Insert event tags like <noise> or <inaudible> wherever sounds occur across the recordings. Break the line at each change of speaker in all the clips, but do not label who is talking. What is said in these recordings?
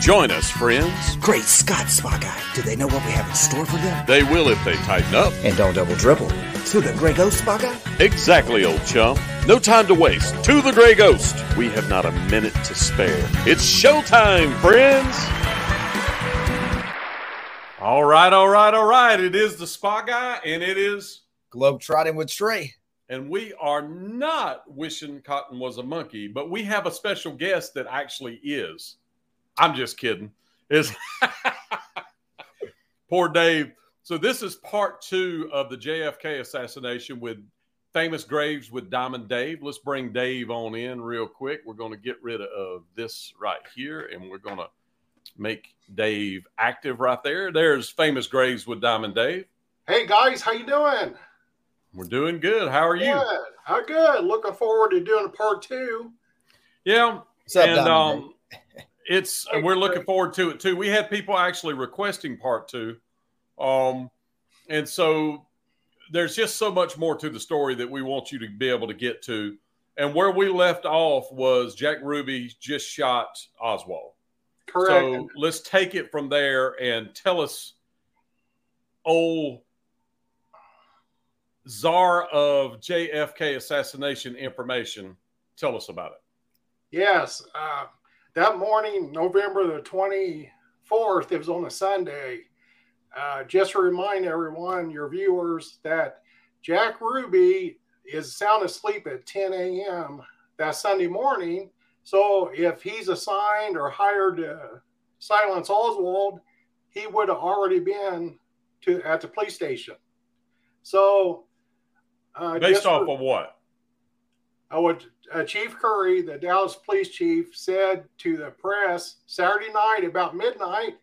Join us, friends.
Great Scott, Spot Guy. Do they know what we have in store for them?
They will if they tighten up.
And don't double dribble. To the Grey Ghost, Spot Guy?
Exactly, old chum. No time to waste. To the Grey Ghost. We have not a minute to spare. It's showtime, friends.
All right, all right, all right. It is the Spot Guy, and it is
Globetrotting with Trey.
and we are not wishing Cotton was a monkey, but we have a special guest that actually is. I'm just kidding. Is <laughs> poor Dave. So this is part two of the JFK assassination with famous graves with Diamond Dave. Let's bring Dave on in real quick. We're going to get rid of this right here, and we're going to make Dave active right there. There's famous graves with Diamond Dave.
Hey guys, how you doing?
We're doing good. How are you?
Good. How good? Looking forward to doing part two.
yeah.
What's up,
and
Diamond Dave?
um, it's
Hey,
we're looking
Craig.
forward to it too. We had people actually requesting part two, um, and so there's just so much more to the story that we want you to be able to get to. And where we left off was Jack Ruby just shot Oswald.
Correct.
So let's take it from there and tell us, old czar of JFK assassination information. Tell us about it.
Yes. Uh, that morning, November the 24th, it was on a Sunday. Uh, just to remind everyone, your viewers, that Jack Ruby is sound asleep at 10 a.m. that Sunday morning. So if he's assigned or hired to silence Oswald, he would have already been to at the police station. So, uh,
Based
just
off
for-
of what?
uh, what uh, Chief Curry, the Dallas police chief, said to the press Saturday night about midnight,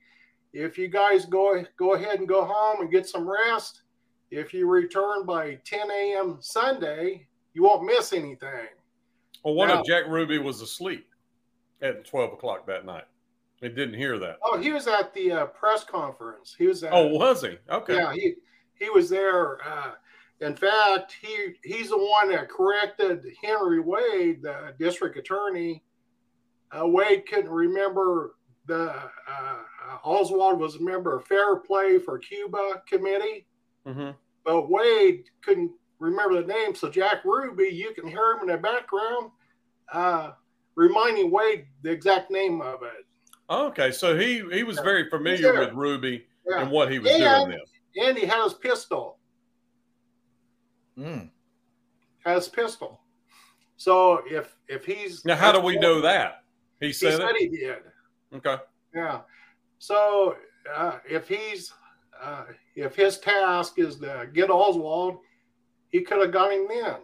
if you guys go go ahead and go home and get some rest, if you return by 10 a.m. Sunday, you won't miss anything.
Well, what
No.
if Jack Ruby was asleep at 12 o'clock that night and didn't hear that?
Oh, he was at the uh, press conference. He was at
Oh, was he? Okay.
Yeah, he he was there. Uh, in fact, he he's the one that corrected Henry Wade, the district attorney. Uh, Wade couldn't remember the uh, uh, Oswald was a member of Fair Play for Cuba committee,
Mhm.
but Wade couldn't remember the name. So Jack Ruby, you can hear him in the background, uh, reminding Wade the exact name of it.
Okay. So he, he was
Yeah.
very familiar
there.
with Ruby
Yeah.
and what he was
Yeah.
doing then.
And he had his pistol.
Mm.
Had his pistol. So if if he's
Now, how do we know that? He
He
said
said
it?
he did.
Okay.
Yeah. So uh, if he's uh, if his task is to get Oswald, he could have got him then.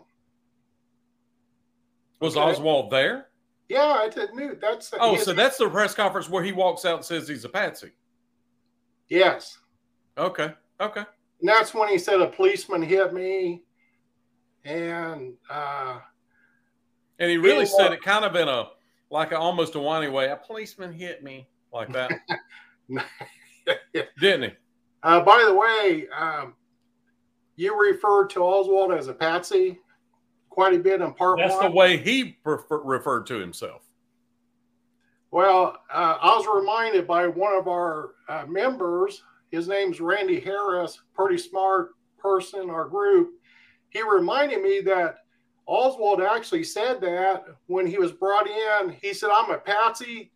Was
Okay.
Oswald there?
Yeah, I did knew that's.
Oh,
his-
so that's the press conference where he walks out and says he's a patsy.
yes.
Okay. Okay.
And that's when he said a policeman hit me, and uh,
And he really
Yeah.
said it kind of in a like a, almost a whiny way. A policeman hit me like
<laughs>
that, didn't
uh, by the way, um, you referred to Oswald as a patsy quite a bit in part
he? That's
one.
the way he prefer, referred to himself.
Well, uh, I was reminded by one of our uh, members. His name's Randy Harris, pretty smart person in our group. He reminded me that Oswald actually said that when he was brought in. He said, I'm a patsy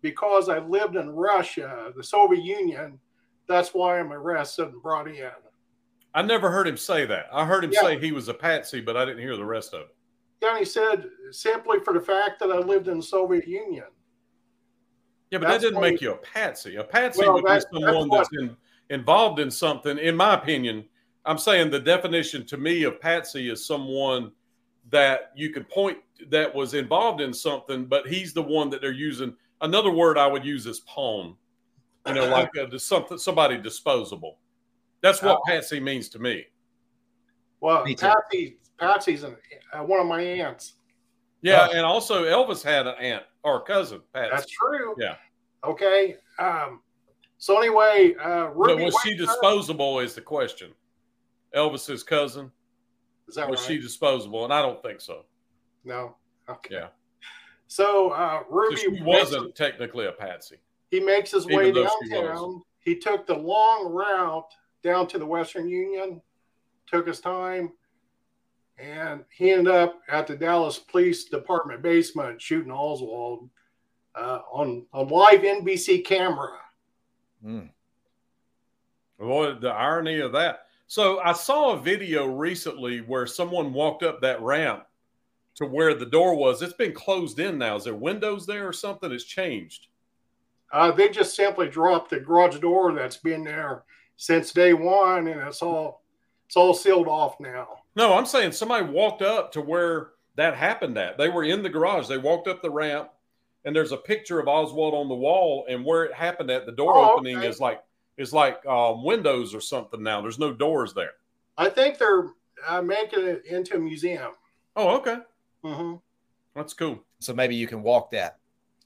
because I lived in Russia, the Soviet Union. That's why I'm arrested and brought in.
I never heard him say that. I heard him
Yeah.
say he was a patsy, but I didn't hear the rest of it.
Then he said, simply for the fact that I lived in the Soviet Union.
Yeah, but
That's
that didn't
why-
make you a patsy. A patsy
Well,
would
that's-
be
that's
someone
what-
that's in, involved in something. In my opinion, I'm saying the definition to me of patsy is someone that you can point that was involved in something, but he's the one that they're using. Another word I would use is pawn. You know, like uh, something somebody disposable. That's what patsy means to me.
Well,
Me too.
Patsy, Patsy's an, uh, one of my aunts.
Yeah,
Uh,
and also Elvis had an aunt or cousin,
That's
Patsy.
true.
Yeah.
Okay. Um, so anyway, uh,
But
Ruby
was she
Wayne-
disposable? Is the question. Elvis's cousin.
Is that
was
right?
she disposable? And I don't think so.
No. Okay.
Yeah.
So uh, Ruby
She wasn't technically a patsy.
He makes his
Even
way
though she was.
downtown. He took the long route down to the Western Union, took his time, and he ended up at the Dallas Police Department basement shooting Oswald uh, on on live NBC camera.
Mm.
Boy, the irony of that. So I saw a video recently where someone walked up that ramp to where the door was. It's been closed in now. Is there windows there or something? It's changed.
Uh, they just simply dropped the garage door that's been there since day one, and it's all it's all sealed off now.
No, I'm saying somebody walked up to where that happened at. They were in the garage. They walked up the ramp, and there's a picture of Oswald on the wall, and where it happened at the door
Oh,
opening
okay.
is like is like um, windows or something now. There's no doors there.
I think they're uh, making it into a museum.
Oh, okay.
hmm
That's cool.
So maybe you can walk that.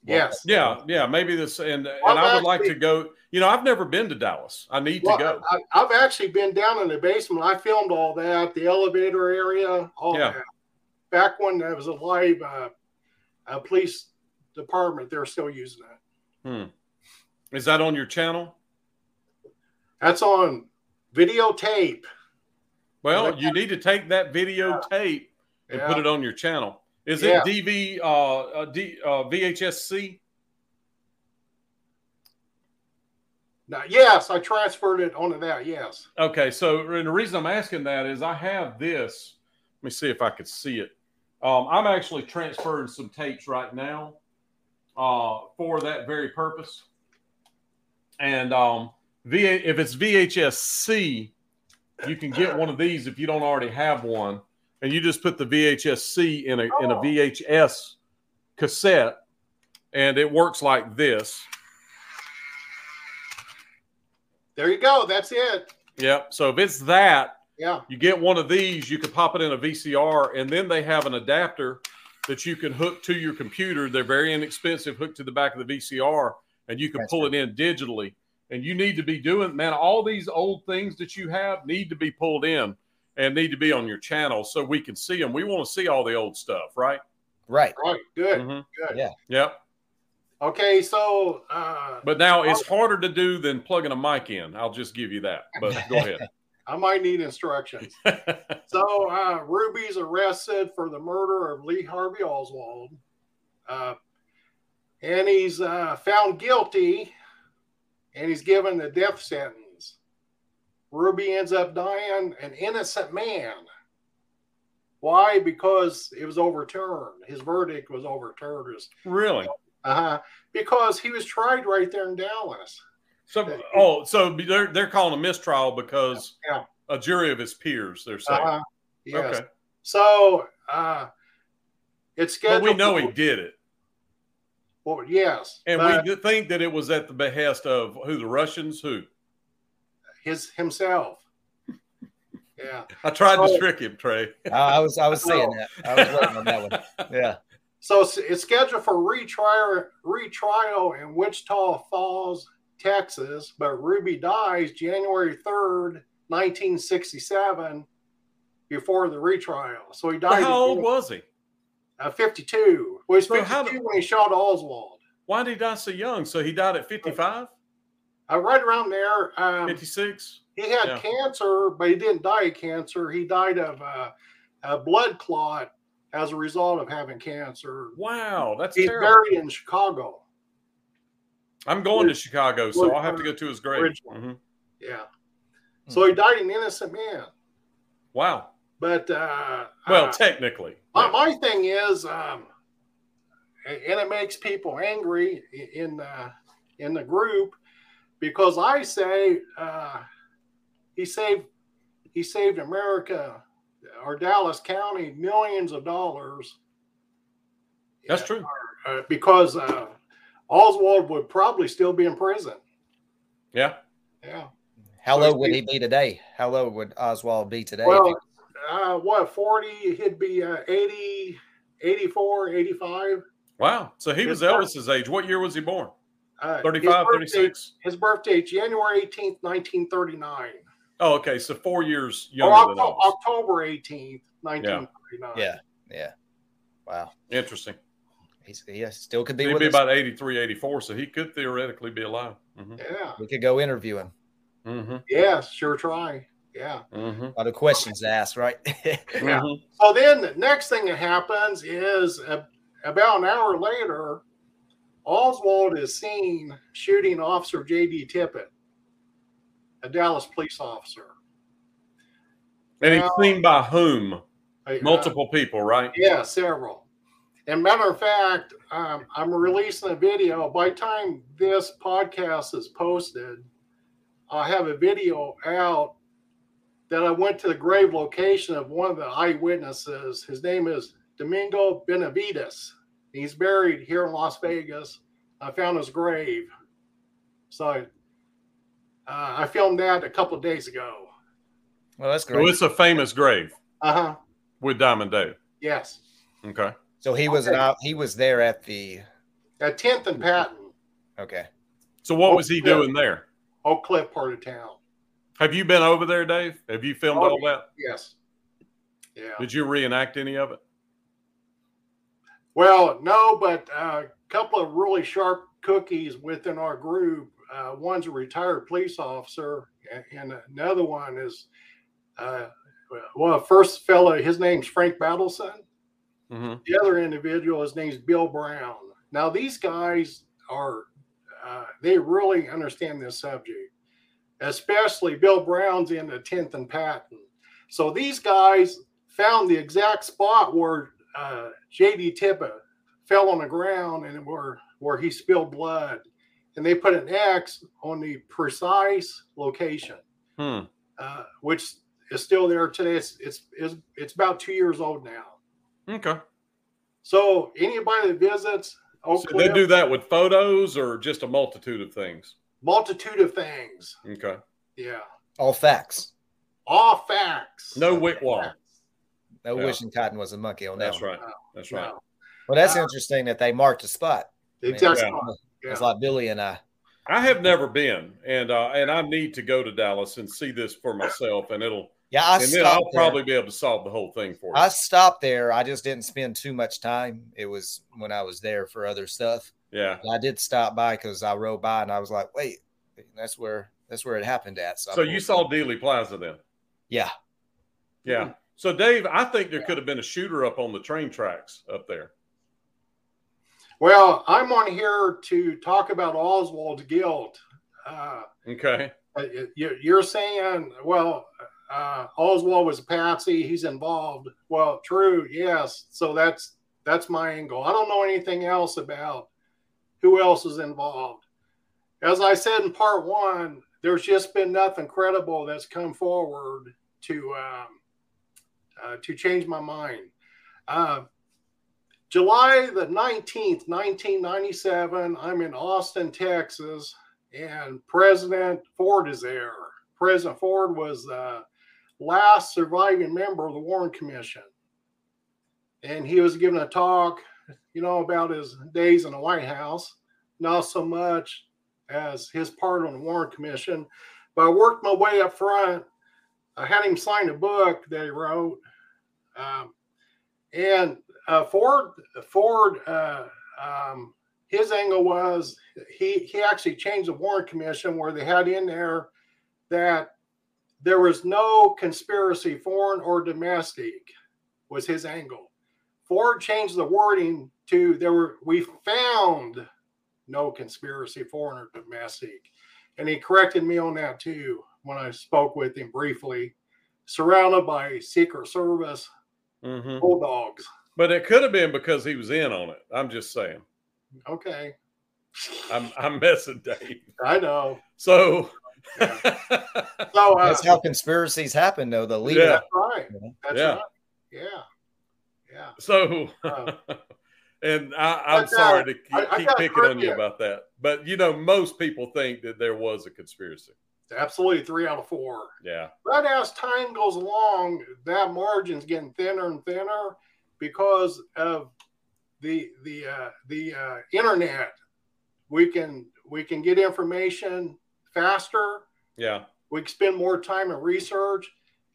Yes.
Yeah, yeah, maybe this and and
Well,
I would like to
actually-
go. You know, I've never been to Dallas. I need
Well,
to go.
I, I've actually been down in the basement. I filmed all that, the elevator area, all
Yeah.
that. Back when there was a live uh, uh police department, they're still using that.
Is that on your channel?
That's on videotape.
Well,
Yeah.
you need to take that videotape and
Yeah.
put it on your channel. Is
Yeah.
it DV uh, uh, D, uh VHSC?
Now, yes, I transferred it onto that. Yes.
Okay, so and the reason I'm asking that is I have this. Let me see if I could see it. Um, I'm actually transferring some tapes right now uh, for that very purpose. And um, VA, if it's VHSC, you can get one of these if you don't already have one, and you just put the VHSC in a in a
Oh.
VHS cassette, and it works like this.
There you go. That's it.
Yep. So if it's that,
Yeah.
you get one of these, you can pop it in a VCR, and then they have an adapter that you can hook to your computer. They're very inexpensive, hooked to the back of the VCR, and you can
That's
pull it in digitally. And you need to be doing, man, all these old things that you have need to be pulled in and need to be on your channel so we can see them. We want to see all the old stuff, right?
Right.
Right. Good.
Mm-hmm.
good.
Yeah.
Yep.
Okay. So, uh,
But now it's harder to do than plugging a mic in. I'll just give you that. But go
<laughs>
ahead.
I might need instructions. so uh, Ruby's arrested for the murder of Lee Harvey Oswald, uh, and he's uh, found guilty, and he's given the death sentence. Ruby ends up dying an innocent man. Why? Because it was overturned. His verdict was overturned.
really?
Uh-huh. Because he was tried right there in Dallas.
So, oh, so they're they're calling a mistrial because
Yeah.
a jury of his peers. They're saying,
Uh-huh. Yes.
okay,
So uh, it's
but
scheduled.
we know
for-
he did it,
Well, yes,
and
but
we think that it was at the behest of who the Russians. Who
his himself. yeah.
I tried to
Oh.
trick him,
<laughs>
Trey.
I, I was I was saying that. I was waiting on that one. Yeah.
So it's, it's scheduled for retrial retrial in Wichita Falls, Texas, but Ruby dies January third, nineteen sixty seven, before the retrial. So he
Well,
died
how old
in-
was he?
uh, fifty two. Well, he's
So
fifty
how
two
did-
when he shot Oswald.
Why did he die so young? So he died at 55,
Uh, right around there, um,
56?
he had
Yeah.
cancer, but he didn't die of cancer. He died of uh, a blood clot as a result of having cancer.
Wow, that's
He's
terrible.
buried in Chicago.
I'm going to Chicago, so
We're-
I'll have to go to his grave.
original.
Mhm.
Yeah. So
Hmm.
he died an innocent man.
Wow.
But uh,
Well,
uh,
technically,
my,
yeah.
my thing is, um, and and it makes people angry i- in the in the group because I say uh, he saved he saved America or Dallas County millions of dollars.
that's
Yeah.
true.
uh, because uh, Oswald would probably still be in prison.
Yeah,
Yeah.
How low would he be today? How low would Oswald be today? if
Well,
he-
uh, what, 40? He'd be uh, 80, 84, 85.
wow. So he was
Yes, sir.
Elvis's age. What year was he born?
Uh,
35,
his birthday,
36.
His birthday, January 18th, 1939.
Oh, okay. So four years
Or
younger than
October,
us.
October 18th, 1939.
Yeah. Yeah. Wow.
Interesting.
He's, he still could be
He'd
with
be
us.
about 83, 84, so he could theoretically be alive. Mm-hmm.
Yeah.
we could go interview him.
Mm-hmm.
Yeah. Sure try. Yeah.
Mm-hmm.
A lot of questions to ask, right? <laughs>
Yeah. So then the next thing that happens is a, about an hour later, Oswald is seen shooting Officer J.D. Tippett, a Dallas police officer.
And he's
Well-
seen by whom?
Uh,
Multiple people, right?
Yeah, several. And matter of fact, um, I'm releasing a video. By the time this podcast is posted, I have a video out that I went to the grave location of one of the eyewitnesses. His name is Domingo Benavides. He's buried here in Las Vegas. I found his grave. So uh, I filmed that a couple of days ago.
well, that's
So
great.
it's a famous grave
Uh huh.
with Diamond Dave.
Yes.
Okay.
So he was an, he was there at the
At 10th and Patton,
okay.
So
Oh,
what was he doing there?
Oak Cliff part of town.
Have you been over there, Dave? Have you filmed
Oh,
all that?
Yes. Yeah.
Did you reenact any of it?
Well, no, but uh, a couple of really sharp cookies within our group. Uh, one's a retired police officer, a- and another one is, uh, well, first fellow, his name's Frank Battleson.
Mm-hmm.
The other individual, his name's Bill Brown. Now, these guys are, uh, they really understand this subject, especially Bill Brown's in the 10th and Patton. So these guys found the exact spot where uh, JD Tippett fell on the ground and where, where he spilled blood. And they put an X on the precise location,
Hmm.
uh, which is still there today. It's, it's, it's, it's about two years old now.
Okay.
Oh, So anybody that visits Oak
So they
Cliff,
do that with photos or just a multitude of things.
multitude of things.
Okay.
Yeah.
All facts.
All facts.
No wick wall.
Facts.
No
Yeah.
wishing cotton was a monkey on that.
That's
one.
right. That's right.
Oh, No.
Well, that's
Uh,
interesting that they marked a spot. I mean,
Exactly.
that's-
Yeah.
It's like Billy and I.
I have never been, and uh, and I need to go to Dallas and see this for myself, and it'll
Yeah, I
and then I'll
stopped there.
probably be able to solve the whole thing for you.
I stopped there. I just didn't spend too much time. It was when I was there for other stuff.
yeah.
But I did stop by because I rode by and I was like, wait, that's where that's where it happened at. So, I
So you
pulled-
saw Dealey Plaza then?
yeah,
Yeah. So Dave, I think there could have been a shooter up on the train tracks up there.
Well, I'm on here to talk about Oswald's guilt. Uh,
Okay.
uh, you- you're saying, well, uh, Oswald was a patsy. He's involved. Well, true. Yes. So that's that's my angle. I don't know anything else about who else is involved. As I said in part one, there's just been nothing credible that's come forward to um, uh, to change my mind. Uh, July the 19th, 1997, I'm in Austin, Texas and President Ford is there. President Ford was the last surviving member of the Warren Commission. And he was giving a talk, you know, about his days in the White House, not so much as his part on the Warren Commission. But I worked my way up front. I had him sign a book that he wrote. Um, and uh, Ford, Ford, uh, um, his angle was he he actually changed the Warren Commission where they had in there that there was no conspiracy, foreign or domestic, was his angle. Ford changed the wording to there were we found no conspiracy, foreign or domestic, and he corrected me on that too when I spoke with him briefly. Surrounded by Secret Service
hmm
bulldogs.
But it could have been because he was in on it. I'm just saying.
Okay,
I'm I'm messing Dave.
I know.
So <laughs>
Yeah. So uh,
that's how conspiracies happen, though. The leader.
Yeah.
That's right. That's
Yeah.
right. Yeah. Yeah.
so <laughs>
Oh.
and I, I'm
But, uh,
sorry to keep,
I- I
keep
gotta
picking on you
correct you.
about that. But you know, most people think that there was a conspiracy.
Absolutely three out of four.
Yeah.
But as time goes along, that margin's getting thinner and thinner because of the the uh, the uh, internet. We can we can get information faster.
Yeah.
We can spend more time in research,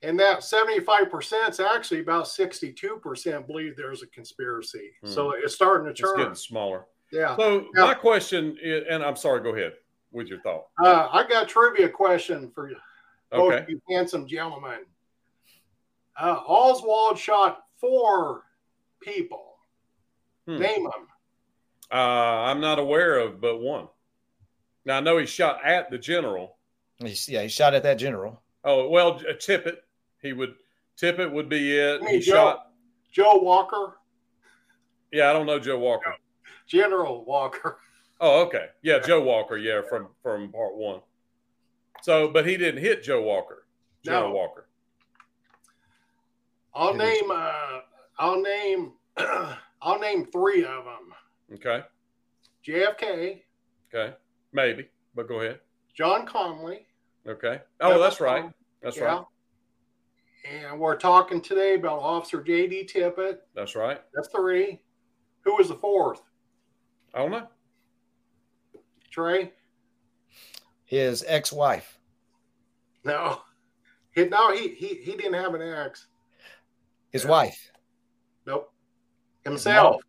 And that 75% is actually about 62% believe there's a conspiracy.
Hmm.
So it's starting to
It's
turn.
getting smaller.
Yeah.
So
Yeah.
my question, is, and I'm sorry, go ahead with your thought.
Uh, I got a trivia question for both
Okay.
you handsome gentlemen. Uh, Oswald shot four people.
Hmm.
Name them.
Uh, I'm not aware of but one. Now I know he shot at the general.
He, yeah, he shot at that general.
Oh well, a Tippett. He would Tippett would be it.
Hey,
He
Joe.
shot.
Joe Walker,
Yeah, I don't know Joe Walker.
General Walker.
Oh, okay. Yeah, Joe Walker. Yeah, from from part one. So, but he didn't hit Joe Walker. Joe
No.
Walker.
I'll
It is-
name. Uh, I'll name. <clears throat> I'll name three of them:
Okay.
JFK,
Okay. Maybe. But go ahead.
John Conley.
Okay. Oh, that's
um,
right. That's right.
And we're talking today about Officer J.D. Tippett.
That's right.
That's three. Who was the fourth?
I don't know.
Trey?
His ex-wife.
No. <laughs> He, no, he, he he didn't have an ex.
His wife.
Nope. Himself.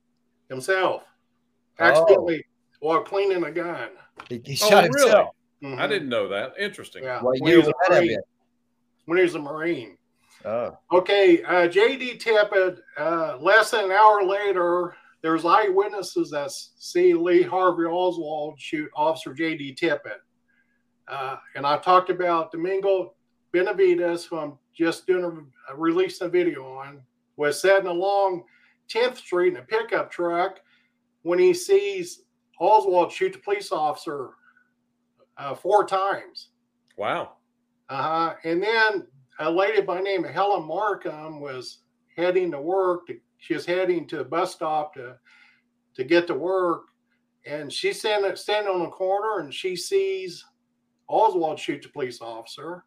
Himself. Accidentally while cleaning a gun.
He, he
Oh,
shot himself.
I
Mhm.
didn't know that. Interesting.
Yeah.
What
when,
year
he was
would
a
that have
Marine,
been?
when he was a Marine.
Oh,
Okay. Uh, J.D. Tippett, uh, less than an hour later, there's eyewitnesses that s- see Lee Harvey Oswald shoot Officer J.D. Tippett. Uh, and I talked about Domingo Benavides, who I'm just doing a, a releasing a video on, was setting along 10th Street in a pickup truck when he sees Oswald shoot the police officer uh, four times.
Wow.
Uh-huh. And then a lady by the name of Helen Markham was heading to work. To, she was heading to the bus stop to to get to work. And she's standing, standing on the corner and she sees Oswald shoot the police officer.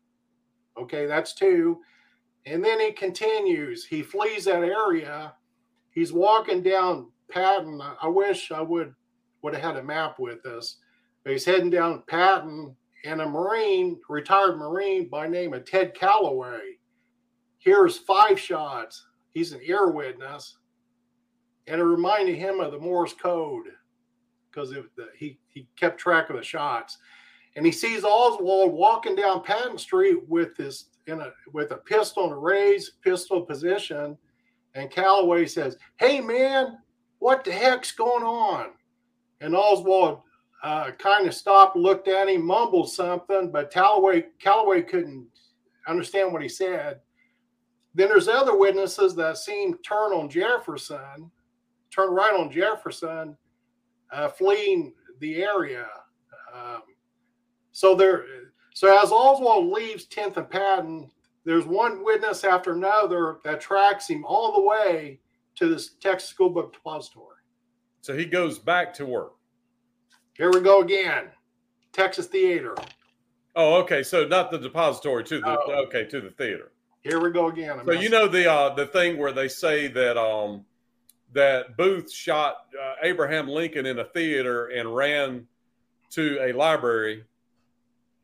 Okay, that's two. And then he continues. He flees that area. He's walking down Patton. I- I wish I would would have had a map with us. But he's heading down Patton and a Marine, retired Marine by name of Ted Calloway, hears five shots. He's an ear witness, and it reminded him of the Morse code because he he kept track of the shots, and he sees Oswald walking down Patton Street with this in a with a pistol in a raised pistol position, and Calloway says, "Hey man, what the heck's going on?" And Oswald uh, kind of stopped, looked at him, mumbled something, but Callaway Callaway couldn't understand what he said. Then there's other witnesses that see him turn on Jefferson, turn right on Jefferson, uh, fleeing the area. Um, so there, so as Oswald leaves 10th and Patton, there's one witness after another that tracks him all the way to this Texas School Book Depository.
So he goes back to work.
Here we go again, Texas Theater.
Oh, okay. So not the depository to the
No.
okay to the theater.
Here we go again.
So you know the uh, the thing where they say that um, that Booth shot uh, Abraham Lincoln in a theater and ran to a library,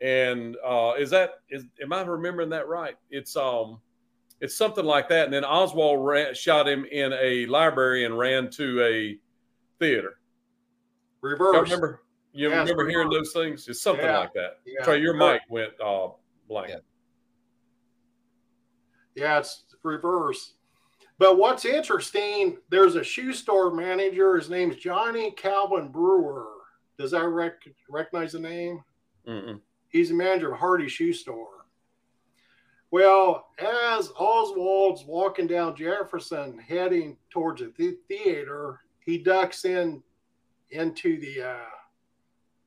and uh, is that is am I remembering that right? It's um it's something like that. And then Oswald ran, shot him in a library and ran to a theater.
reverse.
Y'all remember you
Yes,
remember hearing
reverse.
those things? It's something
Yeah.
like that.
Yeah,
Trey, your mic
reverse.
went uh, blank.
Yeah.
Yeah, it's reverse. But what's interesting, there's a shoe store manager. His name's Johnny Calvin Brewer. Does that rec- recognize the name?
Mm-mm.
He's the manager of Hardy Shoe Store. Well, as Oswald's walking down Jefferson, heading towards the th- theater, he ducks in into the uh,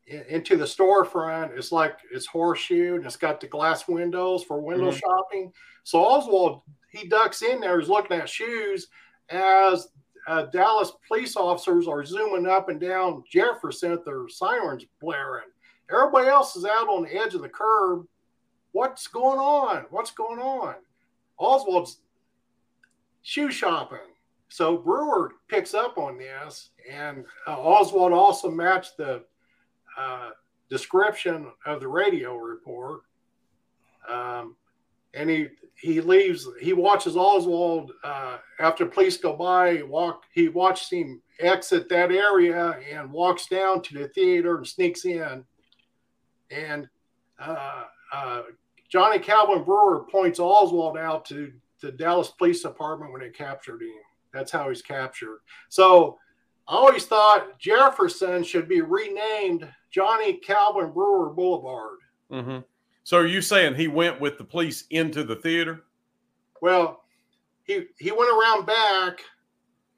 in- into the storefront. It's like it's horseshoe, and it's got the glass windows for window
Mhm.
shopping. So Oswald he ducks in there. He's looking at shoes as uh, Dallas police officers are zooming up and down Jefferson with their sirens blaring. Everybody else is out on the edge of the curb. What's going on? What's going on? Oswald's shoe shopping. So Brewer picks up on this, and uh, Oswald also matched the uh, description of the radio report. Um, and he he leaves. He watches Oswald uh, after police go by. Walk. He watches him exit that area and walks down to the theater and sneaks in. And uh, uh, Johnny Calvin Brewer points Oswald out to the Dallas Police Department when they captured him. That's how he's captured. So I always thought Jefferson should be renamed Johnny Calvin Brewer Boulevard.
Mm-hmm. So are you saying he went with the police into the theater?
Well, he he went around back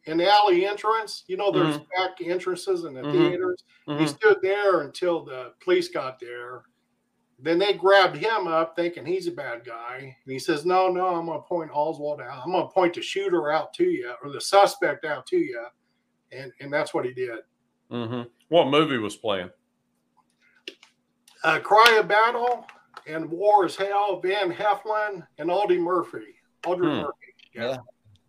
in the alley entrance. You know, there's back entrances in the
Mhm.
theaters. He
Mhm.
stood there until the police got there. Then they grabbed him up, thinking he's a bad guy. And he says, "No, no, I'm going to point Oswald out. I'm going to point the shooter out to you, or the suspect out to you." And and that's what he did.
Mm-hmm. What movie was playing?
Uh, Cry of Battle and War is Hell. Van Heflin and Aldi Murphy. Audrey
Hmm.
Murphy.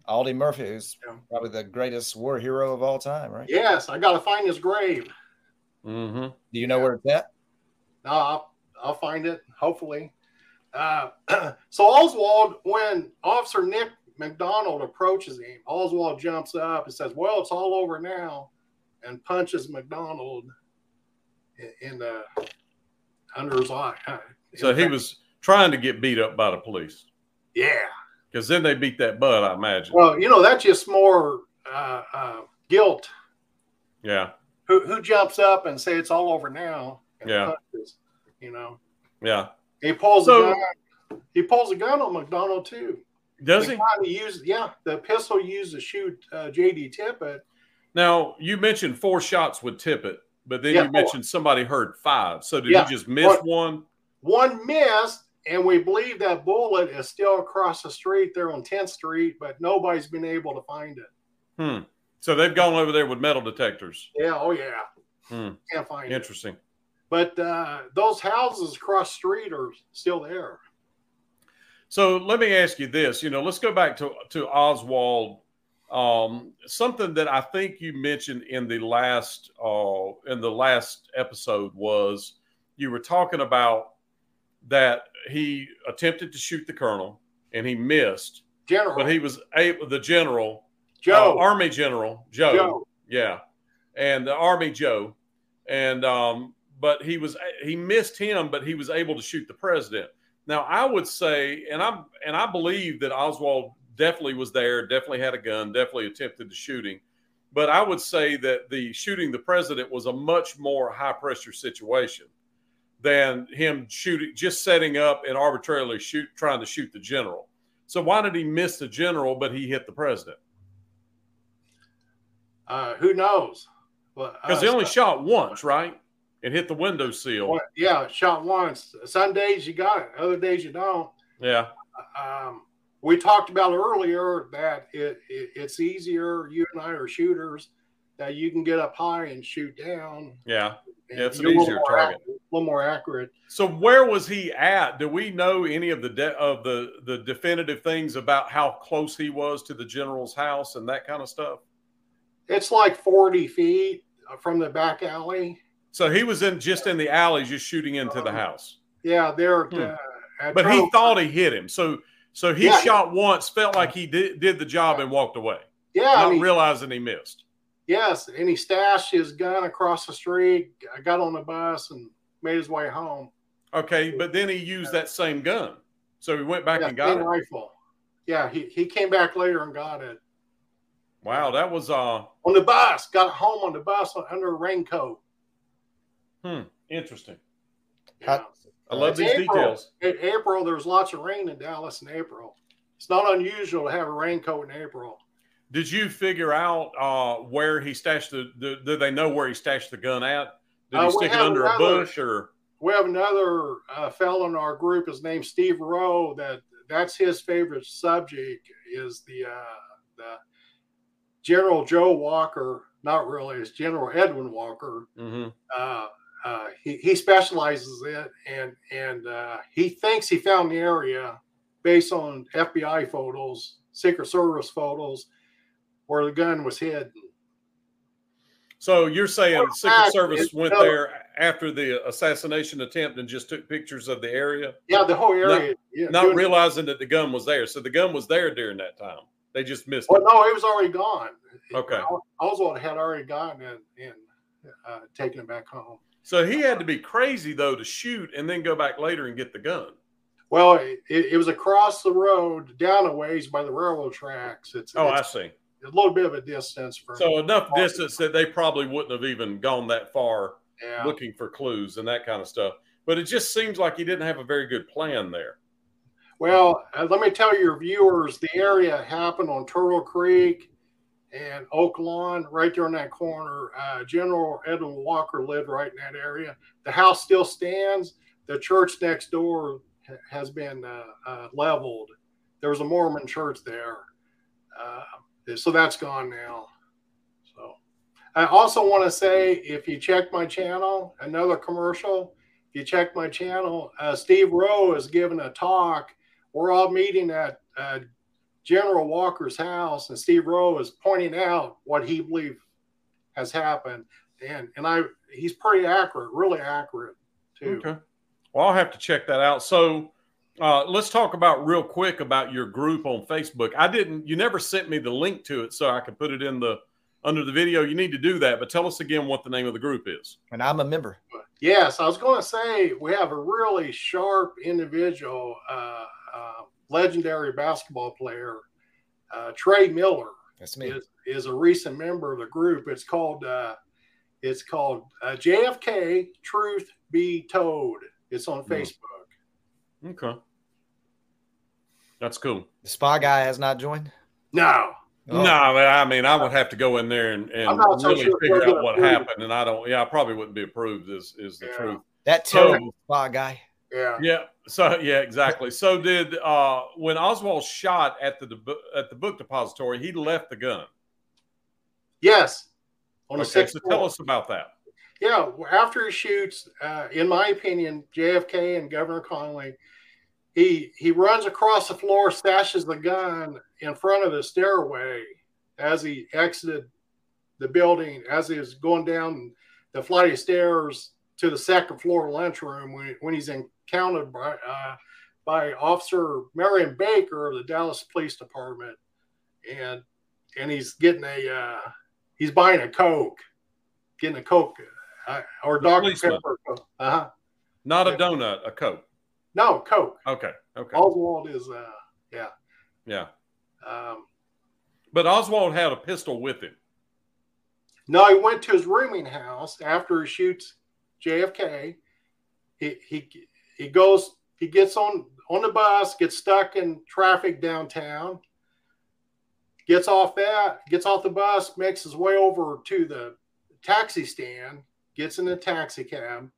Aldi Murphy, who's
Yeah.
probably the greatest war hero of all time, right?
Yes, I got to find his grave.
Mm-hmm.
Do you know where it's at?
No, I'll, I'll find it, hopefully. Uh, <clears throat> so Oswald, when Officer Nick McDonald approaches him, Oswald jumps up and says, Well, it's all over now, and punches McDonald in- in the under his eye.
So he was trying to get beat up by the police
Yeah.
because then they beat that butt, I imagine.
Well, you know, that's just more uh, uh, guilt.
yeah,
Who, who jumps up and say it's all over now? And
Yeah.
Punches, you know,
yeah.
he pulls
So-
a gun. He pulls a gun on McDonald too.
Does
the
he?
gun he used, yeah, the pistol used to shoot uh, J.D. Tippett.
Now you mentioned four shots with Tippett, but then
Yeah,
you
four.
mentioned somebody heard five. So did
Yeah,
he just miss
four.
one?
One missed, and we believe that bullet is still across the street there on 10th Street, but nobody's been able to find it.
Hmm. So they've gone over there with metal detectors.
Yeah, oh yeah,
Hmm.
can't find it.
Interesting.
But uh, those houses across the street are still there.
So let me ask you this. You know, let's go back to to Oswald. Um, something that I think you mentioned in the last uh, in the last episode was you were talking about that he attempted to shoot the colonel and he missed,
General
but he uh, was able the general uh,
Joe,
army general Joe,
Joe,
yeah, and the army Joe, and um, but he was he missed him, but he was able to shoot the president. Now I would say, and I'm and I believe that Oswald definitely was there, definitely had a gun, definitely attempted the shooting, but I would say that the shooting the president was a much more high pressure situation than him shooting just setting up and arbitrarily shoot trying to shoot the general. So why did he miss the general, but he hit the president?
uh, who knows? uh,
Because they only shot once, right? It hit the window seal.
Well, yeah, shot once. Some days you got it, other days you don't.
Yeah.
um, we talked about earlier that it, it, it's easier. You and I are shooters that you can get up high and shoot down.
Yeah.
and
Yeah, it's an
you're a little
easier
more
target.
accurate- a little more accurate.
So where was he at? Do we know any of the de- of the the definitive things about how close he was to the general's house and that kind of stuff?
It's like 40 feet from the back alley.
So he was in just in the alley, just shooting into the
Um,
house.
Yeah, there.
Hmm.
uh, at
But he
Turtle-
thought he hit him. So so he
Yeah.
shot once, felt like he did did the job and walked away,
yeah,
not
and he-
realizing he missed.
yes, and he stashed his gun across the street. I got on the bus and made his way home.
Okay, but then he used that same gun. So he went back
yeah,
and got
thin
it.
rifle. Yeah, he, he came back later and got it
Wow, that was uh
on the bus. Got home on the bus under a raincoat.
interesting.
Yeah.
I love
It's
these
April.
details.
in April, there's lots of rain in Dallas in April. It's not unusual to have a raincoat in April.
Did you figure out uh, where he stashed the, the? Do they know where he stashed the gun at? Did he
Uh, we
stick it
have
under a
another-
bush or?
We have another uh, fellow in our group. His name's Steve Rowe. That that's his favorite subject is the uh, the General Joe Walker. Not really, it's General Edwin Walker.
mm-hmm.
uh, uh, he, he specializes in it, and and uh, he thinks he found the area based on FBI photos, Secret Service photos, where the gun was hidden.
So you're saying
Well,
Secret
fact,
Service
it's
went
another-
there after the assassination attempt and just took pictures of the area,
Yeah, the whole area. yeah,
not
doing-
realizing that the gun was there. So the gun was there during that time. They just missed
Well, no, it was already gone.
it. Okay.
Os- Oswald had already gone and, and uh, taken it back home.
So he had to be crazy though to shoot and then go back later and get the gun.
Well, it, it was across the road, down a ways by the railroad tracks. It's,
Oh, I
it's
see.
a little bit of a distance from.
So enough distance that they probably wouldn't have even gone that far
yeah.
looking for clues and that kind of stuff. But it just seems like he didn't have a very good plan there.
Well, uh, let me tell your viewers the area happened on Turtle Creek and Oak Lawn, right there in that corner. Uh, General Edwin Walker lived right in that area. The house still stands. The church next door ha- has been uh, uh, leveled. There was a Mormon church there. Uh, so that's gone now. So I also want to say if you check my channel, another commercial if you check my channel, uh, Steve Rowe is giving a talk. We're all meeting at uh, General Walker's house, and Steve Rowe is pointing out what he believes has happened, and and I he's pretty accurate, really accurate too.
Okay. Well, I'll have to check that out. So uh, let's talk about real quick about your group on Facebook. I didn't, you never sent me the link to it, so I can put it in the under the video. You need to do that, but tell us again what the name of the group is.
And I'm a member.
Yes, I was going to say we have a really sharp individual, uh, uh, legendary basketball player, uh, Trey Miller.
That's me.
is, is a recent member of the group. It's called uh, it's called uh, JFK Truth Be Told. It's on
Hmm.
Facebook.
Okay. That's cool.
The spy guy has not joined.
No,
Oh,
No, but I mean, I would have to go in there and,
I'm
and
not so
really
sure if
figure
we're
out
gonna
what
approve.
happened. And I don't, yeah, I probably wouldn't be approved, is, is the
Yeah.
truth.
That terror
So,
spy guy.
yeah,
yeah. So, yeah, exactly. So, did, uh, when Oswald shot at the, deb- at the book depository, he left the gun.
yes, on the
Okay.
sixth
So,
floor.
tell us about that.
Yeah, after he shoots, uh, in my opinion, JFK and Governor Connolly, he he runs across the floor, stashes the gun in front of the stairway as he exited the building, as he was going down the flight of stairs to the second floor lunchroom when, when he's encountered by uh, by Officer Marion Baker of the Dallas Police Department, and and he's getting a uh, he's buying a Coke, getting a Coke uh, or Dr
policeman.
Pepper. Uh huh.
Not a
Yeah.
donut, a Coke.
No Coke.
Okay. Okay.
Oswald is uh,
Yeah.
um,
But Oswald had a pistol with him.
No, he went to his rooming house after he shoots JFK. He he he goes. He gets on on the bus, gets stuck in traffic downtown. Gets off that, gets off the bus, makes his way over to the taxi stand, gets in a taxi cab,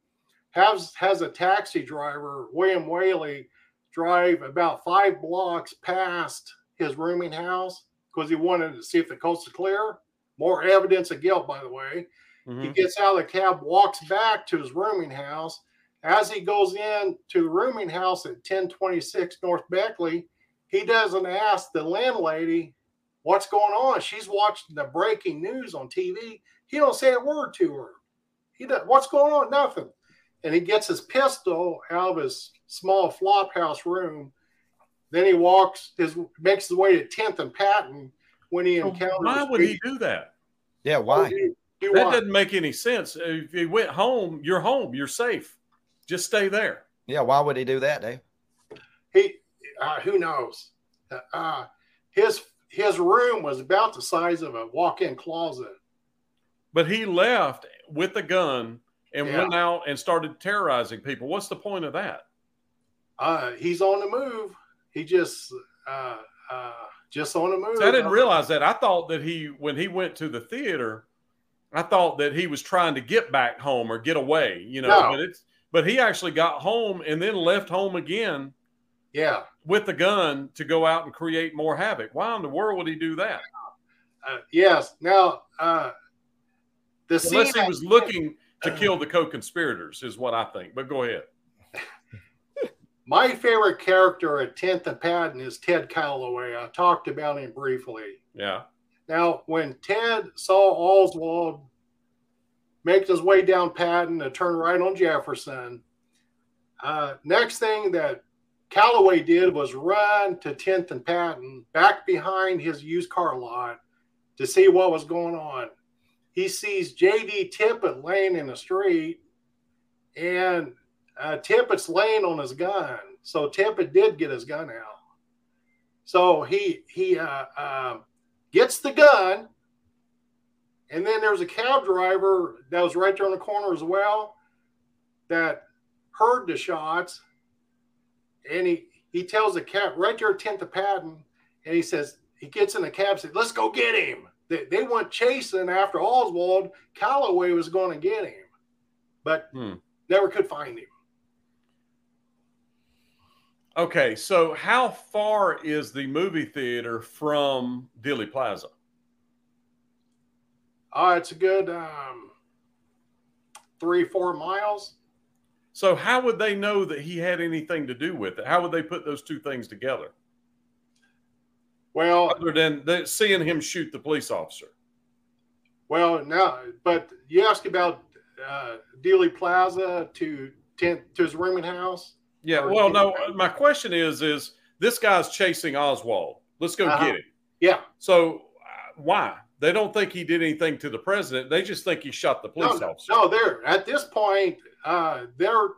has has a taxi driver William Whaley drive about five blocks past his rooming house because he wanted to see if the coast is clear. More evidence of guilt, by the way. He
Mhm.
gets out of the cab, walks back to his rooming house. As he goes in to the rooming house at 1026 North Beckley, he doesn't ask the landlady what's going on. She's watching the breaking news on TV. He don't say a word to her. He does, what's going on? Nothing. And he gets his pistol out of his small flop house room. Then he walks his makes his way to 10th and Patton when he
So
encounters.
Why would he do that?
Yeah,
Oh,
why?
Do, do
That
what?
doesn't make any sense. If he went home, you're home. You're safe. Just stay there.
Yeah, why would he do that, Dave?
he uh, who knows uh, his his room was about the size of a walk-in closet
But he left with a gun and
Yeah.
went out and started terrorizing people. What's the point of that?
uh, he's on the move he just uh, uh, just on the move
So I didn't realize that. I thought that he, when he went to the theater, I thought that he was trying to get back home or get away, you know.
No.
But it's but he actually got home and then left home again
yeah
with the gun to go out and create more havoc. Why in the world would he do that?
uh, yes now uh, the
Unless
scene
he was looking to kill the co-conspirators, is what I think. But go ahead.
my favorite character at 10th and patton is ted calloway i talked about him briefly
Yeah.
Now, when Ted saw Oswald makes his way down Patton to turn right on Jefferson. Uh, next thing that Callaway did was run to 10th and Patton back behind his used car lot to see what was going on. He sees JD Tippett laying in the street and uh, Tippett's laying on his gun. So Tippett did get his gun out. So he he uh, uh, gets the gun, and then there's a cab driver that was right there on the corner as well that heard the shots, and he he tells the cab right there at tenth of Patton, and he says he gets in the cab says let's go get him. They, they went chasing after Oswald. Calloway was going to get him, but
Hmm.
never could find him.
Okay, so how far is the movie theater from Dilly Plaza?
Uh, it's a good um, three four miles.
So how would they know that he had anything to do with it? How would they put those two things together
Well,
other than the, seeing him shoot the police officer?
Well, no, but you asked about uh, Dealey Plaza to ten, to his rooming house.
Yeah.
Or-
Well, no. My question is: is this guy's chasing Oswald? Let's go
Uh-huh.
get him.
Yeah,
So uh, why they don't think he did anything to the president? They just think he shot the
no,
police
no,
officer.
no, they're at this point uh, they're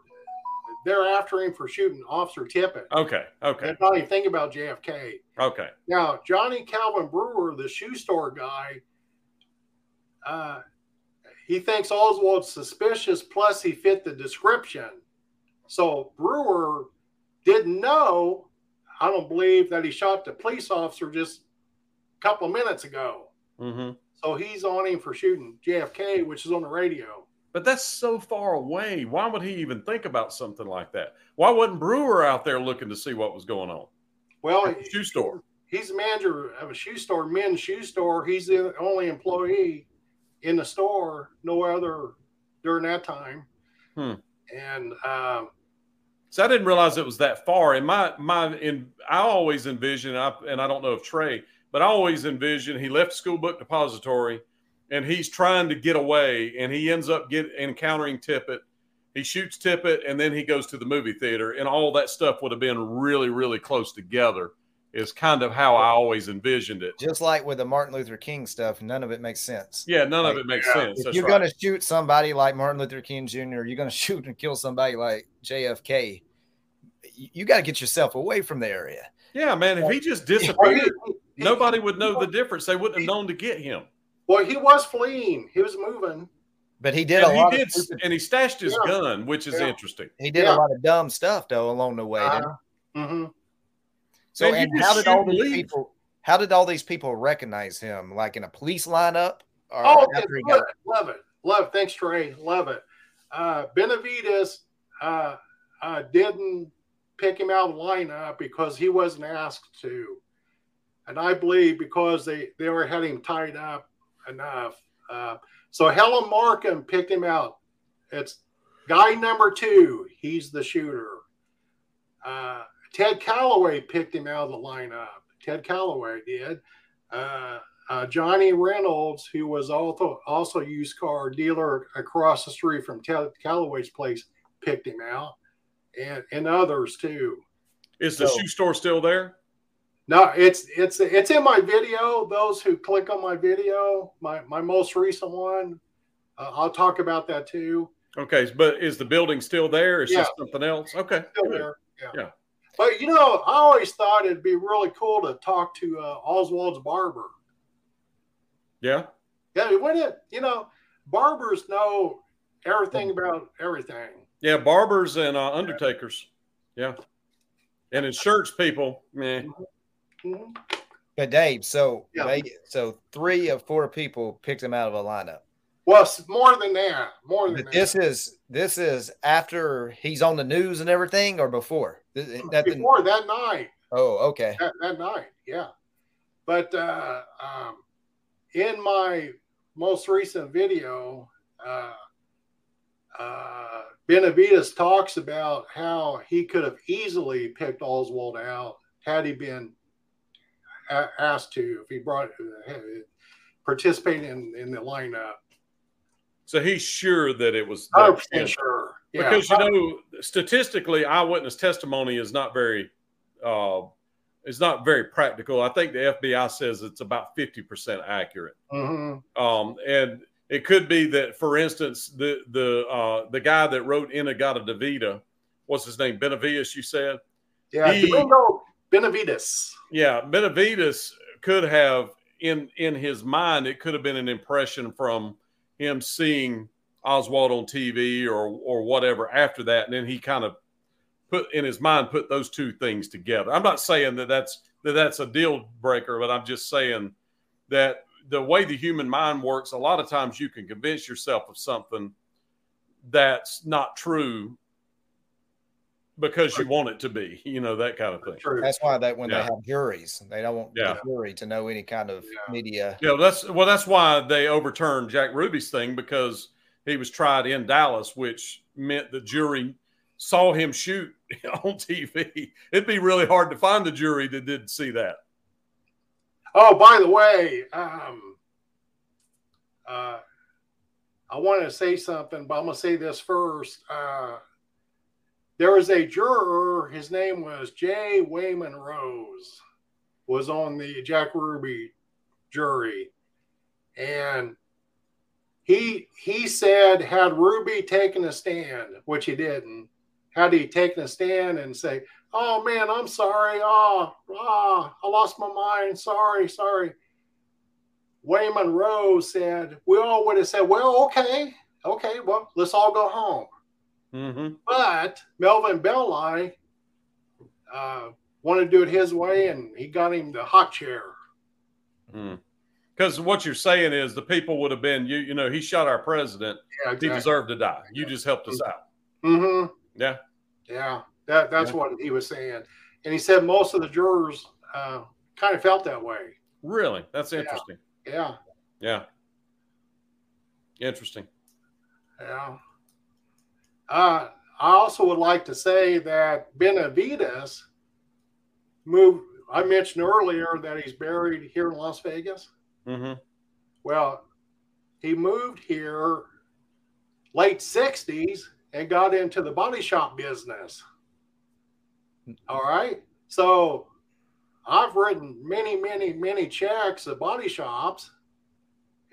they're after him for shooting Officer Tippett.
Okay. Okay.
They're not even thinking about JFK.
Okay.
Now, Johnny Calvin Brewer, the shoe store guy, uh, he thinks Oswald's suspicious, plus he fit the description. So Brewer didn't know, I don't believe, that he shot the police officer just a couple of minutes ago.
hmm
So he's on him for shooting JFK, which is on the radio.
But that's so far away. Why would he even think about something like that? Why wasn't Brewer out there looking to see what was going on
Well,
at the shoe store?
he's the manager of a shoe store, men's shoe store. He's the only employee in the store, no other during that time.
Hmm.
And um,
So I didn't realize it was that far. And my my in I always envision I, and I don't know if Trey, but I always envision he left school book depository, and he's trying to get away, and he ends up get encountering Tippett. He shoots Tippett, and then he goes to the movie theater, and all that stuff would have been really really close together. Is kind of how I always envisioned it.
Just like with the Martin Luther King stuff, none of it makes sense.
Yeah, none of it makes
Yeah.
sense.
If
That's
you're
right.
gonna shoot somebody like Martin Luther King Jr., you're gonna <laughs> shoot and kill somebody like JFK. You, you got to get yourself away from the area.
yeah, man. If he just
well, he,
disappeared,
he-
nobody would know the difference. They wouldn't have known to get him.
well, he was fleeing. He was moving.
But he did a
and
lot.
he did,
of stupid,
and he stashed his
Yeah.
gun, which is
Yeah.
interesting.
he did
yeah.
a lot of dumb stuff though along the way. didn't he?
Uh, hmm
So
Man, you
and
just
how did
shoot
all
and
these
leave.
people? How did all these people recognize him? Like in a police lineup? Or
Oh, yeah,
after he
love
got,
it, love it, love. it. Thanks, Trey. Love it. Uh, Benavides uh, uh, didn't pick him out of the lineup because he wasn't asked to, and I believe because they they were had him tied up enough. Uh, so Helen Markham picked him out. It's guy number two. He's the shooter. Uh, Ted Calloway picked him out of the lineup. Ted Calloway did. Uh, uh, Johnny Reynolds, who was also also a used car dealer across the street from Ted Calloway's place, picked him out, and and others too.
Is the
So-
shoe store still there?
No, it's it's it's in my video. Those who click on my video, my my most recent one, uh, I'll talk about that too.
Okay, but is the building still there? It's
Yeah.
just something else. Okay,
Still
good.
there, yeah.
Yeah.
But you know, I always thought it'd be really cool to talk to uh, Oswald's barber.
yeah.
Yeah, wouldn't it? You know, barbers know everything
Mm-hmm.
about everything.
Yeah, barbers and uh, undertakers. Yeah. And insurance people. Meh.
Mhm.
but Dave, so
Yeah.
they, so three of four people picked him out of a lineup.
Well, it's more than that. More than
But
that.
this is this is after he's on the news and everything, or before? Th- that didn't-
before that night.
oh, okay.
That, that night, yeah. But uh, um, in my most recent video, uh, uh, Benavides talks about how he could have easily picked Oswald out had he been a- uh, asked to, if he brought participated in, in the lineup.
So he's sure that it was.
Hundred
that
percent Oh, sure. Yeah.
Because you know, statistically, eyewitness testimony is not very, uh, it's not very practical. I think the FBI says it's about fifty percent accurate.
Mhm.
Um, and it could be that, for instance, the the uh, the guy that wrote Inagata Davida, what's his name, Benavides? You said,
Yeah.
He-
Domingo Benavides.
yeah, Benavides could have in in his mind it could have been an impression from him seeing Oswald on TV or or whatever after that, and then he kind of put in his mind put those two things together. I'm not saying that that's that that's a deal breaker, but I'm just saying that the way the human mind works, a lot of times you can convince yourself of something that's not true because you want it to be, you know, that kind of thing.
True.
That's why that when
Yeah.
they have juries, they don't want
Yeah.
the jury to know any kind of
Yeah.
media.
Yeah, that's well, that's why they overturned Jack Ruby's thing because he was tried in Dallas, which meant the jury saw him shoot <laughs> on TV. It'd be really hard to find a jury that didn't see that.
Oh, by the way, um, uh, I want to say something, but I'm going to say this first. Uh, there was a juror. His name was Jay Wayman Rose. Was on the Jack Ruby jury, and he he said had Ruby taken a stand, which he didn't. Had he taken a stand and say, oh man, I'm sorry. Ah, ah, I lost my mind. Sorry, sorry. Wayman Rose said, we all would have said, well, okay, okay, well, let's all go home.
Mm-hmm.
But Melvin Belli uh, wanted to do it his way, and he got him the hot chair.
Because what you're saying is the people would have been you. You know, he shot our president.
Yeah,
He deserved to die. You just helped us out.
hmm
Yeah.
Yeah, that, that's
Yeah.
what he was saying. And he said most of the jurors uh, kind of felt that way.
Really, that's interesting.
Yeah,
Yeah. Interesting.
Yeah. Uh, I also would like to say that Benavides moved. I mentioned earlier that he's buried here in Las Vegas.
Mm-hmm.
Well, he moved here late 60s and got into the body shop business. All right. So I've written many, many, many checks at body shops.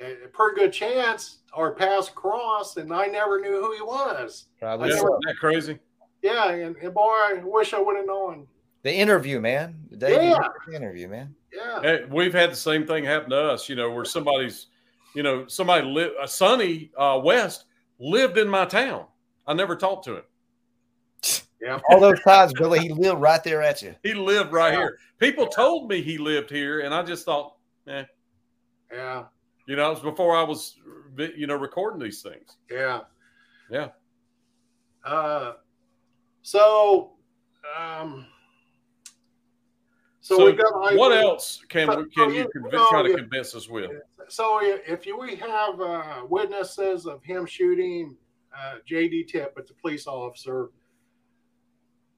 A a pretty good chance or pass across, and I never knew who he was.
Probably
Yeah,
That's
so.
right.
isn't that crazy?
Yeah, and, and boy, I wish I would have known.
the interview, man. The day you
Yeah.
did the interview, man.
Yeah.
Hey, we've had the same thing happen to us, you know, where somebody's, you know, somebody live, uh, Sonny uh, West lived in my town. I never talked to him.
Yeah.
All those times, Billy, he lived right there at you.
He lived right
Yeah.
here. People told me he lived here, and I just thought,
Yeah.
you know, it was before I was, you know, recording these things.
Yeah.
Yeah.
Uh, so, um, so,
So
we got
what
I-
else can we, can you convince, try to convince us with?
So i- if you, we have uh, witnesses of him shooting uh, JD Tip at the police officer,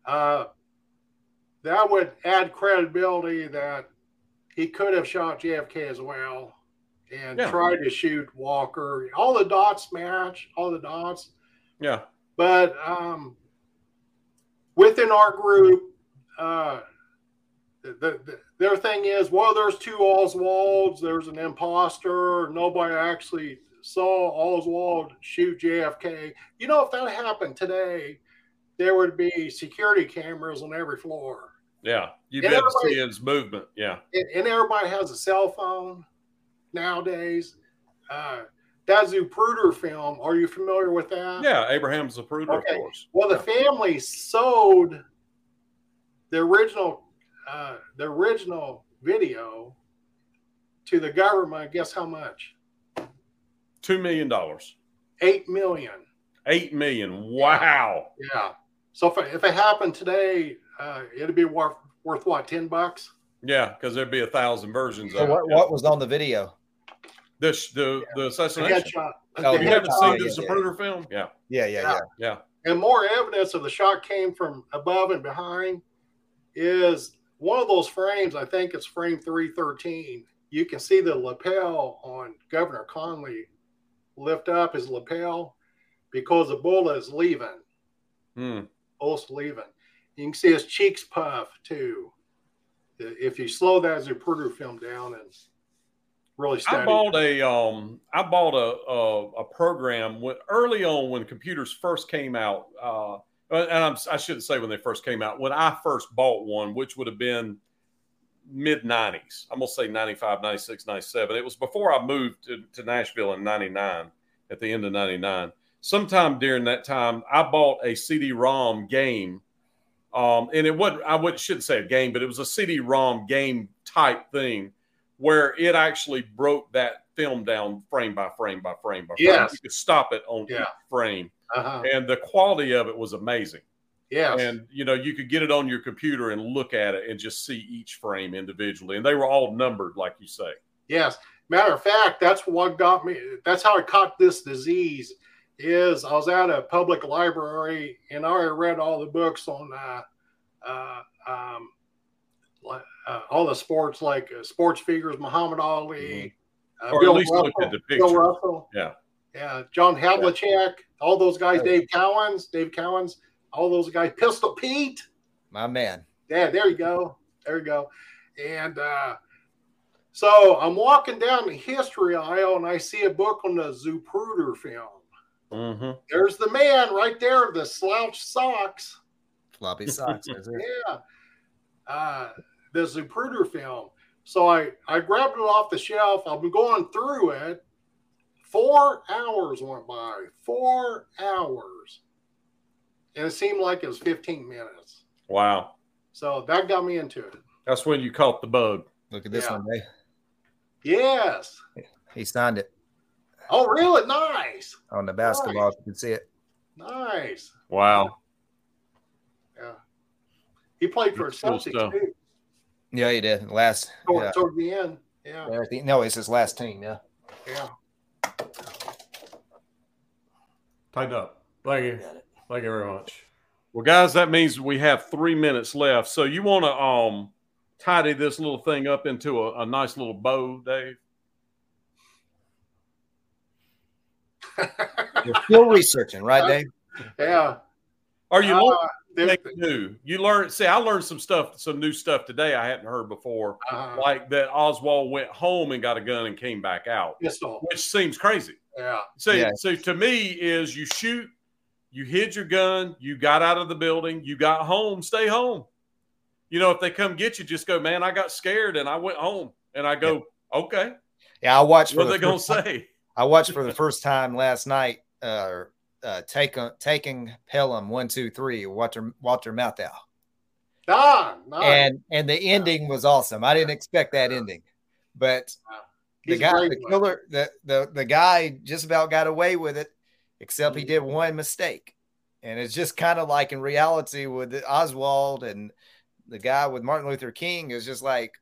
uh, that would add credibility that he could have shot JFK as well and
Yeah.
tried to shoot Walker. All the dots match. All the dots.
Yeah.
But um, within our group, uh, the, the, the- their thing is, well, there's two Oswalds. There's an imposter. Nobody actually saw Oswald shoot JFK. You know, if that happened today, there would be security cameras on every floor,
Yeah. You'd
And
be able to
everybody-
see his movement. Yeah.
and, and everybody has a cell phone nowadays. Uh, that Zapruder film, are you familiar with that?
Yeah. Abraham Zapruder,
Okay.
of course.
Well, the
Yeah.
family sold the original uh, the original video to the government. Guess how much?
$2 million.
Eight million.
$8 million. Wow.
Yeah. So if it, if it happened today, uh, it'd be worth worth what ten bucks?
Yeah, because there'd be a thousand versions
So
of
what,
it. yeah.
what was on the video?
the sh- the, the
The
assassination.
headshot.
Oh,
The
You haven't
Yeah,
seen
headshot.
the
yeah, yeah.
Zapruder film? Yeah,
Yeah, yeah, yeah.
Yeah.
yeah.
And more evidence of the shot came from above and behind is one of those frames. I think it's frame three thirteen. You can see the lapel on Governor Conley lift up his lapel because Ebola is leaving.
Hmm.
Bol's leaving. You can see his cheeks puff too. If you slow that Zapruder film down and really study,
I bought a um, I bought a a, a program when, early on when computers first came out. Uh, and I'm, I shouldn't say when they first came out. When I first bought one, which would have been mid 90s, I'm gonna say 95, 96, 97. It was before I moved to, to Nashville in 99, at the end of 99. Sometime during that time, I bought a CD-ROM game um, and it wasn't I would shouldn't say a game, but it was a CD-ROM game type thing where it actually broke that film down frame by frame by frame by frame.
Yes.
You could stop it on
Yeah.
each frame,
uh
and the quality of it was amazing.
yes,
And you know, you could get it on your computer and look at it and just see each frame individually, and they were all numbered, like you say.
yes. Matter of fact, that's what got me. That's how I caught this disease. Is I was at a public library and I already read all the books on uh, uh, um, li- uh, all the sports like uh, sports figures, Muhammad Ali, uh,
Mm-hmm. Or at
Bill
least looked at
Russell,
the
Bill
picture.
Russell.
Yeah.
Yeah. John Havlicek, all those guys, Dave Cowens, Dave Cowens, all those guys, Pistol Pete.
My man.
Yeah, there you go. There you go. And uh, so I'm walking down the history aisle and I see a book on the Zapruder film.
Mm-hmm.
There's the man right there, with the slouch socks. <laughs>
Floppy socks. is it?
Yeah. Uh, the Zapruder film. So I, I grabbed it off the shelf. I'm going through it. Four hours went by. Four hours. And it seemed like it was 15 minutes.
Wow,
So that got me into it.
that's when you caught the bug.
Look at this
Yeah.
one, Ray.
Yes.
He signed it
Oh, really? Nice.
on the basketball. if You can see it.
Nice.
Wow,
Yeah. He played for
That's cool
Celtics
stuff.
too,
Yeah, he did. Last.
toward,
yeah.
toward the end. Yeah.
There at the- No, it's his last team. Yeah.
Yeah.
Tighten up. Thank you. Thank you very much.
Well, guys, that means we have three minutes left. So you want to um tidy this little thing up into a, a nice little bow, Dave?
We're still researching, right, Dave?
<laughs> Yeah.
Are you learning
Uh, there-
something new? You learn. See, I learned some stuff, some new stuff today I hadn't heard before,
uh,
like that Oswald went home and got a gun and came back out,
pistol.
which seems crazy.
Yeah.
So,
Yeah.
so to me is you shoot, you hid your gun, you got out of the building, you got home, stay home. You know, if they come get you, just go, man, I got scared and I went home. And I go, okay,
Yeah, I watched.
what
for
are they
the
gonna
first time-
say?
I watched for the first time last night. Uh, uh, take taking Pelham one two three Walter Walter Matthau
Ah, nice.
and and the ending was awesome. I didn't expect that ending, but the
He's a
guy
great
the
one.
killer the, the the guy just about got away with it, except
Mm-hmm.
he did one mistake, and it's just kind of like in reality with Oswald and the guy with Martin Luther King is just like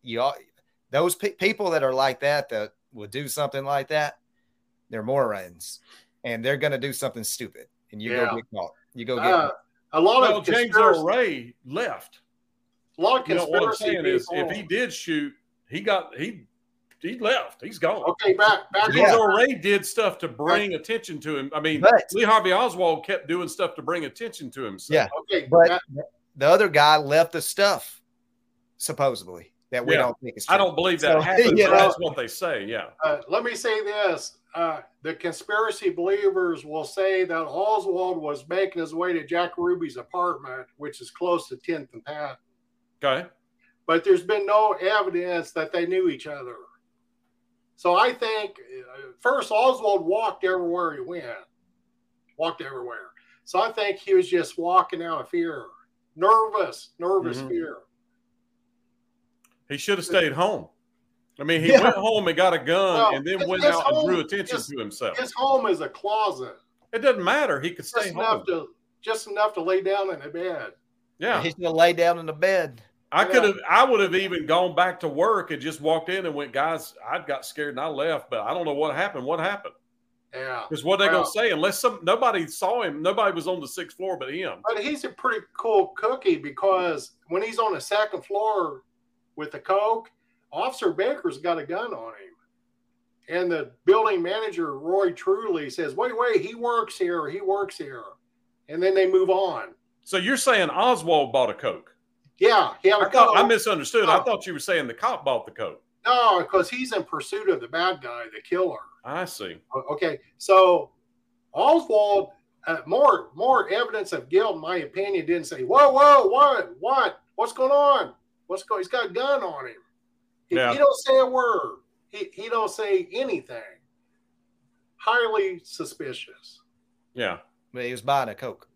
you all those pe- people that are like that that would do something like that, they're morons, and they're gonna do something stupid, and you
Yeah.
go get caught. You go get
Uh, a lot
Well,
of
James
conspiracy,
Earl Ray left.
a lot of
You know
conspiracy
what I'm saying is if
people-
he did shoot, he got he he left. He's gone.
okay, back back
James
Yeah.
Earl Ray did stuff to bring attention to him. I mean,
But-
Lee Harvey Oswald kept doing stuff to bring attention to himself.
Yeah.
okay, uh,
But
back-
the other guy left the stuff, supposedly that we
Yeah.
don't think is true.
I don't believe that
So,
happened.
<laughs>
you
but
know.
that's what they say. Yeah.
uh, let me say this. Uh, the conspiracy believers will say that Oswald was making his way to Jack Ruby's apartment, which is close to 10th and Pat.
Okay.
but there's been no evidence that they knew each other. So I think uh, first Oswald walked everywhere he went, walked everywhere. So I think he was just walking out of fear, nervous, nervous
Mhm.
fear.
He should have stayed home. I mean, he
Yeah.
went home and got a gun
Well,
and then
his-
went
his
out
home-
and drew attention
his-
to himself.
His home is a closet,
it doesn't matter. He could
just
stay home.
enough to just enough to lay down in a bed.
yeah.
He should have laid down in the bed.
I
um, Yeah.
could have, I would have even gone back to work and just walked in and went, guys, I got scared and I left, but I don't know what happened. What happened?
Yeah,
Because what they
Well-
going to say, unless some, nobody saw him, nobody was on the sixth floor but him.
but he's a pretty cool cookie because when he's on the second floor with the coke, Officer Baker's got a gun on him, And the building manager, Roy Truly, says, wait, wait, he works here. He works here. And then they move on.
So you're saying Oswald bought a Coke?
Yeah. He had a
I thought I
couple-
misunderstood. I
Oh.
thought you were saying the cop bought the Coke.
No, because he's in pursuit of the bad guy, the killer.
I see.
O- Okay, so Oswald, uh, more more evidence of guilt, in my opinion, didn't say, "Whoa, whoa, what, what, what's going on? What's going? He's got a gun on him. He,
Yeah.
he don't say a word. He he don't say anything. Highly suspicious.
Yeah.
But he was buying a Coke.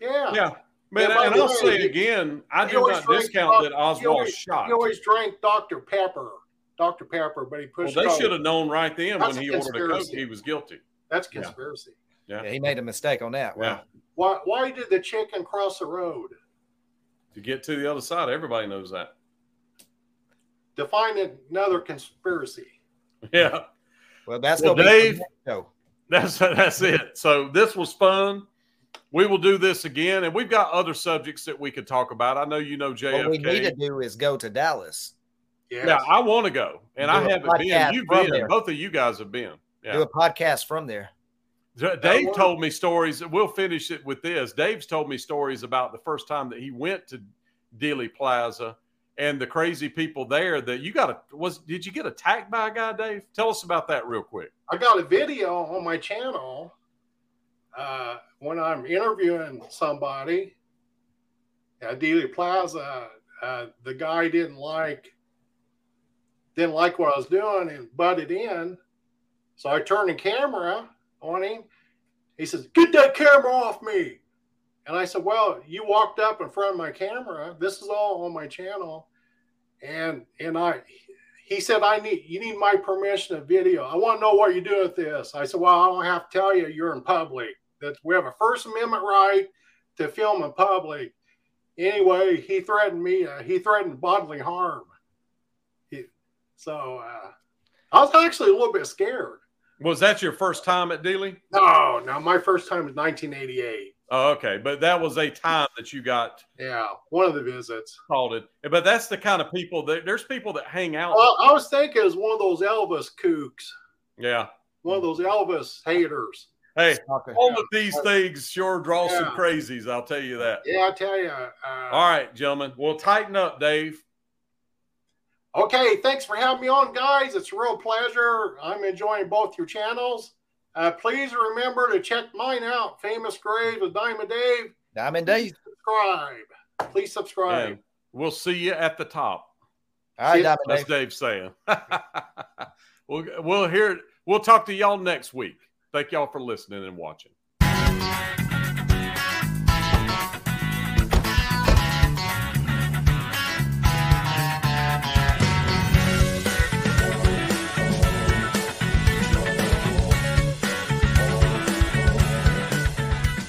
Yeah,
Yeah. Man,
by
and
the
I'll
way,
say it
he-
again, I
he
do
always
not
drank
discount that
Coke. He
Oswald
always-
shot.
He always drank Dr Pepper, Dr Pepper, but he
Well,
pushed.
they
Coke.
should have known right then
That's
when
a
he ordered a Coke
conspiracy.
he was guilty.
That's
Yeah.
conspiracy.
Yeah.
Yeah, he made a mistake on that. Wow.
Yeah.
Why why did the chicken cross the road?
To get to the other side, everybody knows that. <laughs>
Define another conspiracy.
Yeah.
Well, that's
Well,
gonna be
Dave-
no.
That's that's it. So this was fun. We will do this again, and we've got other subjects that we could talk about. I know you know JFK.
What we need to do is go to Dallas,
Yes.
yeah, I want to go, and
Do
I
a
haven't been.
podcast
You've
from
been.
there.
Both of you guys have been.
do
Yeah.
a podcast from there.
D- Dave told me stories. We'll finish it with this. Dave's told me stories about the first time that he went to Dealey Plaza and the crazy people there. That you got a was did you get attacked by a guy, Dave? Tell us about that real quick.
I got a video on my channel uh, when I'm interviewing somebody at Dealey Plaza. Uh, the guy didn't like didn't like what I was doing and butted in, so I turned the camera on him. He says, "Get that camera off me!" And I said, "Well, you walked up in front of my camera. This is all on my channel." And and I he said, I need you need my permission to video. I want to know what you're doing with this. I said, Well, I don't have to tell you you're in public. That we have a First Amendment right to film in public. Anyway, he threatened me. Uh, he threatened bodily harm. He, so uh, I was actually a little bit scared.
Was that your first time at Dealey?
No, no, my first time was 1988.
Oh, okay, but that was a time that you got
Yeah, one of the visits.
called it. But that's the kind of people that there's people that hang out.
Well, I was thinking it was one of those Elvis kooks,
yeah.
one of those Elvis haters.
Hey,
Stalker.
all of these things sure draw some
Yeah.
crazies. I'll tell you that.
Yeah, I tell you. Uh,
All right, gentlemen. We'll tighten up, Dave.
Okay, thanks for having me on, guys. It's a real pleasure. I'm enjoying both your channels. Uh, please remember to check mine out, Famous Graves with Diamond Dave.
Diamond Dave.
Subscribe. Please subscribe.
And we'll see you at the top.
All
Yeah.
right, Diamond
That's
Dave.
Dave saying. <laughs> we'll we'll hear. We'll talk to y'all next week. Thank y'all for listening and watching.